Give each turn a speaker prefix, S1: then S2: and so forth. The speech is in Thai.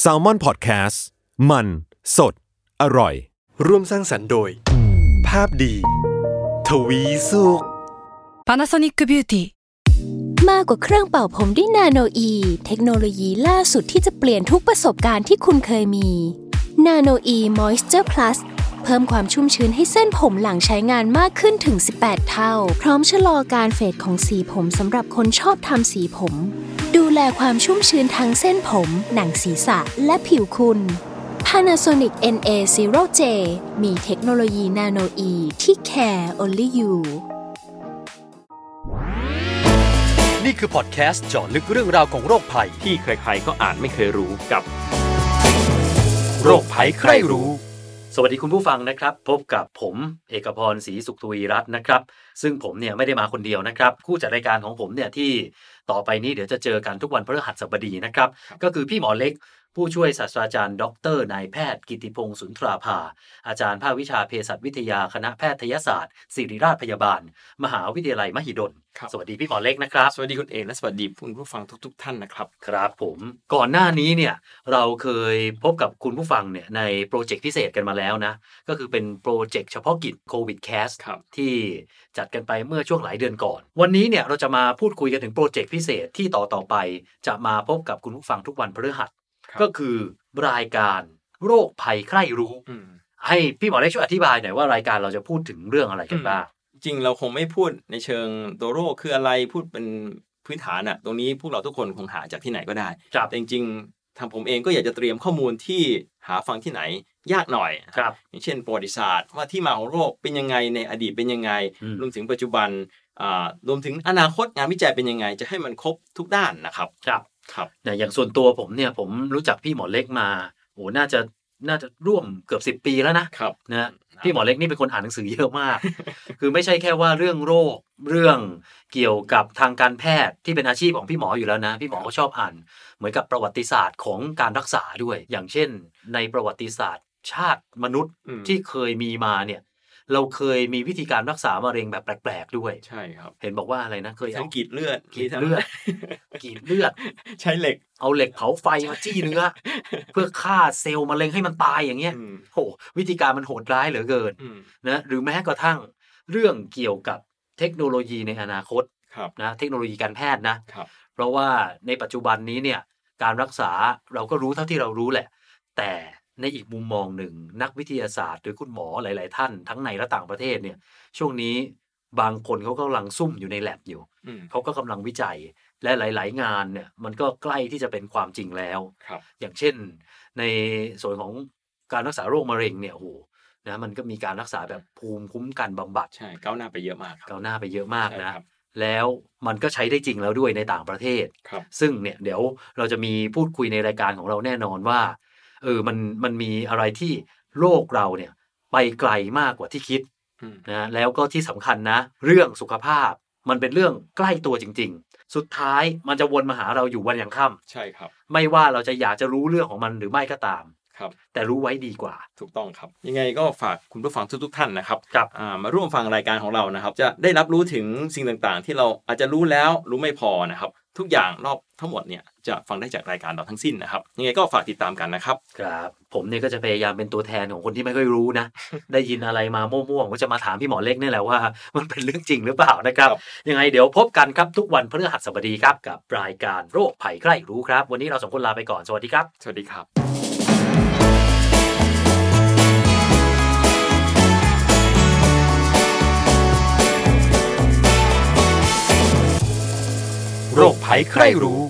S1: แซลมอนพอดแคสต์มันสดอร่อย
S2: ร่วมสร้างสรรค์โดย ภาพดี ทวีสุข
S3: Panasonic Beauty
S4: มากกว่าเครื่องเป่าผมด้วยนาโนอีเทคโนโลยีล่าสุดที่จะเปลี่ยนทุกประสบการณ์ที่คุณเคยมีนาโนอีมอยส์เจอร์พลัสเพิ่มความชุ่มชื้นให้เส้นผมหลังใช้งานมากขึ้นถึง 18 เท่า พร้อมชะลอการเฟดของสีผมสำหรับคนชอบทำสีผม ดูแลความชุ่มชื้นทั้งเส้นผม หนังศีรษะและผิวคุณ Panasonic NA0J มีเทคโนโลยีนาโนอีที่ care only you
S5: นี่คือพอดแคสต์เจาะลึกเรื่องราวของโรคภัย
S6: ที่ใครๆก็อาจไม่เคยรู้กับ
S5: โรคภัยใครรู้
S6: สวัสดีคุณผู้ฟังนะครับ พบกับผมเอกพรศรีสุขทวีรัตน์นะครับ ซึ่งผมเนี่ยไม่ได้มาคนเดียวนะครับผู้จัดรายการของผมเนี่ยที่ต่อไปนี้เดี๋ยวจะเจอกันทุกวันพฤหัสบดีนะครับ ก็คือพี่หมอเล็ก ผู้ช่วยศาสตราจารย์ดรนายแพทย์กิติพงศ์สุนทราภา อาจารย์ภาควิชาเภสัชวิทยาคณะแพทยศาสตร์ศิริราชพยาบาล มหาวิทยาลัยมหิดล
S7: ครับ
S6: สวัสดีพี่หมอเล็กนะครับ
S7: สวัสดีคุณเอกและสวัสดีคุณผู้ฟังทุก ๆ ท่านนะครับ
S6: ครับผมก่อนหน้านี้เนี่ยเราเคยพบกับคุณผู้ฟังเนี่ยในโปรเจกต์พิเศษกันมาแล้วนะ ก็คือเป็นโปรเจกต์เฉพาะกิจโควิดแคส
S7: ครับ
S6: ที่จัดกันไปเมื่อช่วงหลายเดือนก่อน วันนี้เนี่ยเราจะมาพูดคุยกันถึงโปรเจกต์พิเศษที่ต่อต่อๆไป จะมาพบกับคุณผู้ฟังทุกวันพฤหัส ก็คือรายการโรคภัยใคร่รู้
S7: อืม
S6: ให้พี่หมอเล็กช่วยอธิบายหน่อยว่ารายการเราจะพูดถึงเรื่องอะไรกันบ้าง
S7: จริงเราคงไม่พูดในเชิงตัวโรคคืออะไรพูดเป็นพื้นฐานอะตรงนี้พวกเราทุกคนคงหาจากที่ไหนก็ได้
S6: ครับ
S7: แต่จริงๆทางผมเองก็อยากจะเตรียมข้อมูลที่หาฟังที่ไหนยากหน่อย
S6: ครับ
S7: อย่างเช่นประวัติศาสตร์ว่าที่มาของโรคเป็นยังไงในอดีตเป็นยังไง
S6: อืม
S7: รวมถึงปัจจุบันอ่ารวมถึงอนาคตงานวิจัยเป็นยังไง จะให้มันครบทุกด้านนะครับ
S6: ครับ
S7: ครับ
S6: เนี่ยอย่างส่วนตัวผมเนี่ยผมรู้จักพี่หมอเล็กมาโอ้น่าจะน่าจะร่วมเกือบสิบ10 ปีแล้วนะครับ นะพี่หมอเล็กนี่เป็นคนอ่านหนังสือเยอะมาก คือไม่ใช่แค่ว่าเรื่องโรคเรื่องเกี่ยวกับทางการแพทย์ที่เป็นอาชีพของพี่หมออยู่แล้วนะ พี่หมอก็ชอบอ่าน เหมือนกับประวัติศาสตร์ของการรักษาด้วย อย่างเช่น ในประวัติศาสตร์ชาติมนุษย์
S7: อืม
S6: ที่เคยมีมาเนี่ยเราเคยมีวิธีการรักษามะเร็งแบบแปลกๆด้วย
S7: ใช่ครับ
S6: เห็นบอกว่าอะไรนะเคยเอา
S7: ทั้งกรีดเลือด
S6: กรีดเลือดกรีดเลือด
S7: ใช้เหล็ก
S6: เอาเหล็กเผาไฟมาจี้ เนื้อ เพื่อฆ่าเซลล์มะเร็งให้มันตายอย่างเงี้ย
S7: อืม
S6: โหวิธีการมันโหดร้ายเหลือเกิน
S7: อืม
S6: นะหรือแม้กระทั่งเรื่องเกี่ยวกับเทคโนโลยีในอนาคต
S7: ครับ
S6: นะเทคโนโลยีการแพทย์นะ
S7: ครับ
S6: เพราะว่าในปัจจุบันนี้เนี่ยการรักษาเราก็รู้เท่าที่เรารู้แหละ แต่ในอีกมุมมองหนึ่งนักวิทยาศาสตร์ หรือคุณหมอหลาย ๆ ท่านทั้งในและต่างประเทศเนี่ยช่วงนี้บางคนเขากำลังซุ่มอยู่ในแลบอยู่
S7: อืม
S6: เขาก็กำลังวิจัยและหลาย ๆ งานเนี่ยมันก็ใกล้ที่จะเป็นความจริงแล้ว
S7: ครับ
S6: อย่างเช่น ในส่วนของการรักษาโรคมะเร็งเนี่ยโอ้โหนะมันก็มีการรักษาแบบภูมิคุ้มกันบำบัด
S7: ใช่ก้าวหน้าไปเยอะมากครับ
S6: ก้าวหน้าไปเยอะมากนะ
S7: ใช่ครับ
S6: แล้วมันก็ใช้ได้จริงแล้วด้วยในต่างประเทศ
S7: ครับ
S6: ซึ่งเนี่ยเดี๋ยวเราจะมีพูดคุยในรายการของเราแน่นอนว่าเออมันมันมีอะไรที่โลกเราเนี่ยไปไกลมากกว่าที่คิด
S7: อืม
S6: นะแล้วก็ที่สำคัญนะ เรื่องสุขภาพมันเป็นเรื่องใกล้ตัวจริง ๆ สุดท้ายมันจะวนมาหาเราอยู่วันยังค่
S7: ใช่ครับ
S6: ำไม่ว่าเราจะอยากจะรู้เรื่องของมันหรือไม่ก็ตาม
S7: ครับ
S6: แต่รู้ไว้ดีกว่า
S7: ถูกต้องครับ ยังไงก็ฝากคุณผู้ฟังทุกๆท่านนะครับ
S6: ครับ
S7: อ่ามาร่วมฟังรายการของเรานะครับ จะได้รับรู้ถึงสิ่งต่างๆ ที่เราอาจจะรู้แล้วรู้ไม่พอนะครับ ทุกอย่างรอบทั้งหมดเนี่ยจะฟังได้จากรายการเราทั้งสิ้นนะครับ ยังไงก็ฝากติดตามกันนะครับ
S6: ครับ ผมเนี่ยก็จะพยายามเป็นตัวแทนของคนที่ไม่ค่อยรู้ นะ ได้ยินอะไรมามั่วๆผมก็จะมาถามพี่หมอเล็กนี่แหละว่า มันเป็นเรื่องจริงหรือเปล่านะครับ
S7: ครับ
S6: ยังไงเดี๋ยวพบกันครับทุกวันพฤหัสบดีครับกับรายการโรคภัยใกล้รู้ครับ วันนี้เราสองคนลาไปก่อนสวัสดีครับ
S7: สวัสดีครับ
S5: โรคภัยใครรู้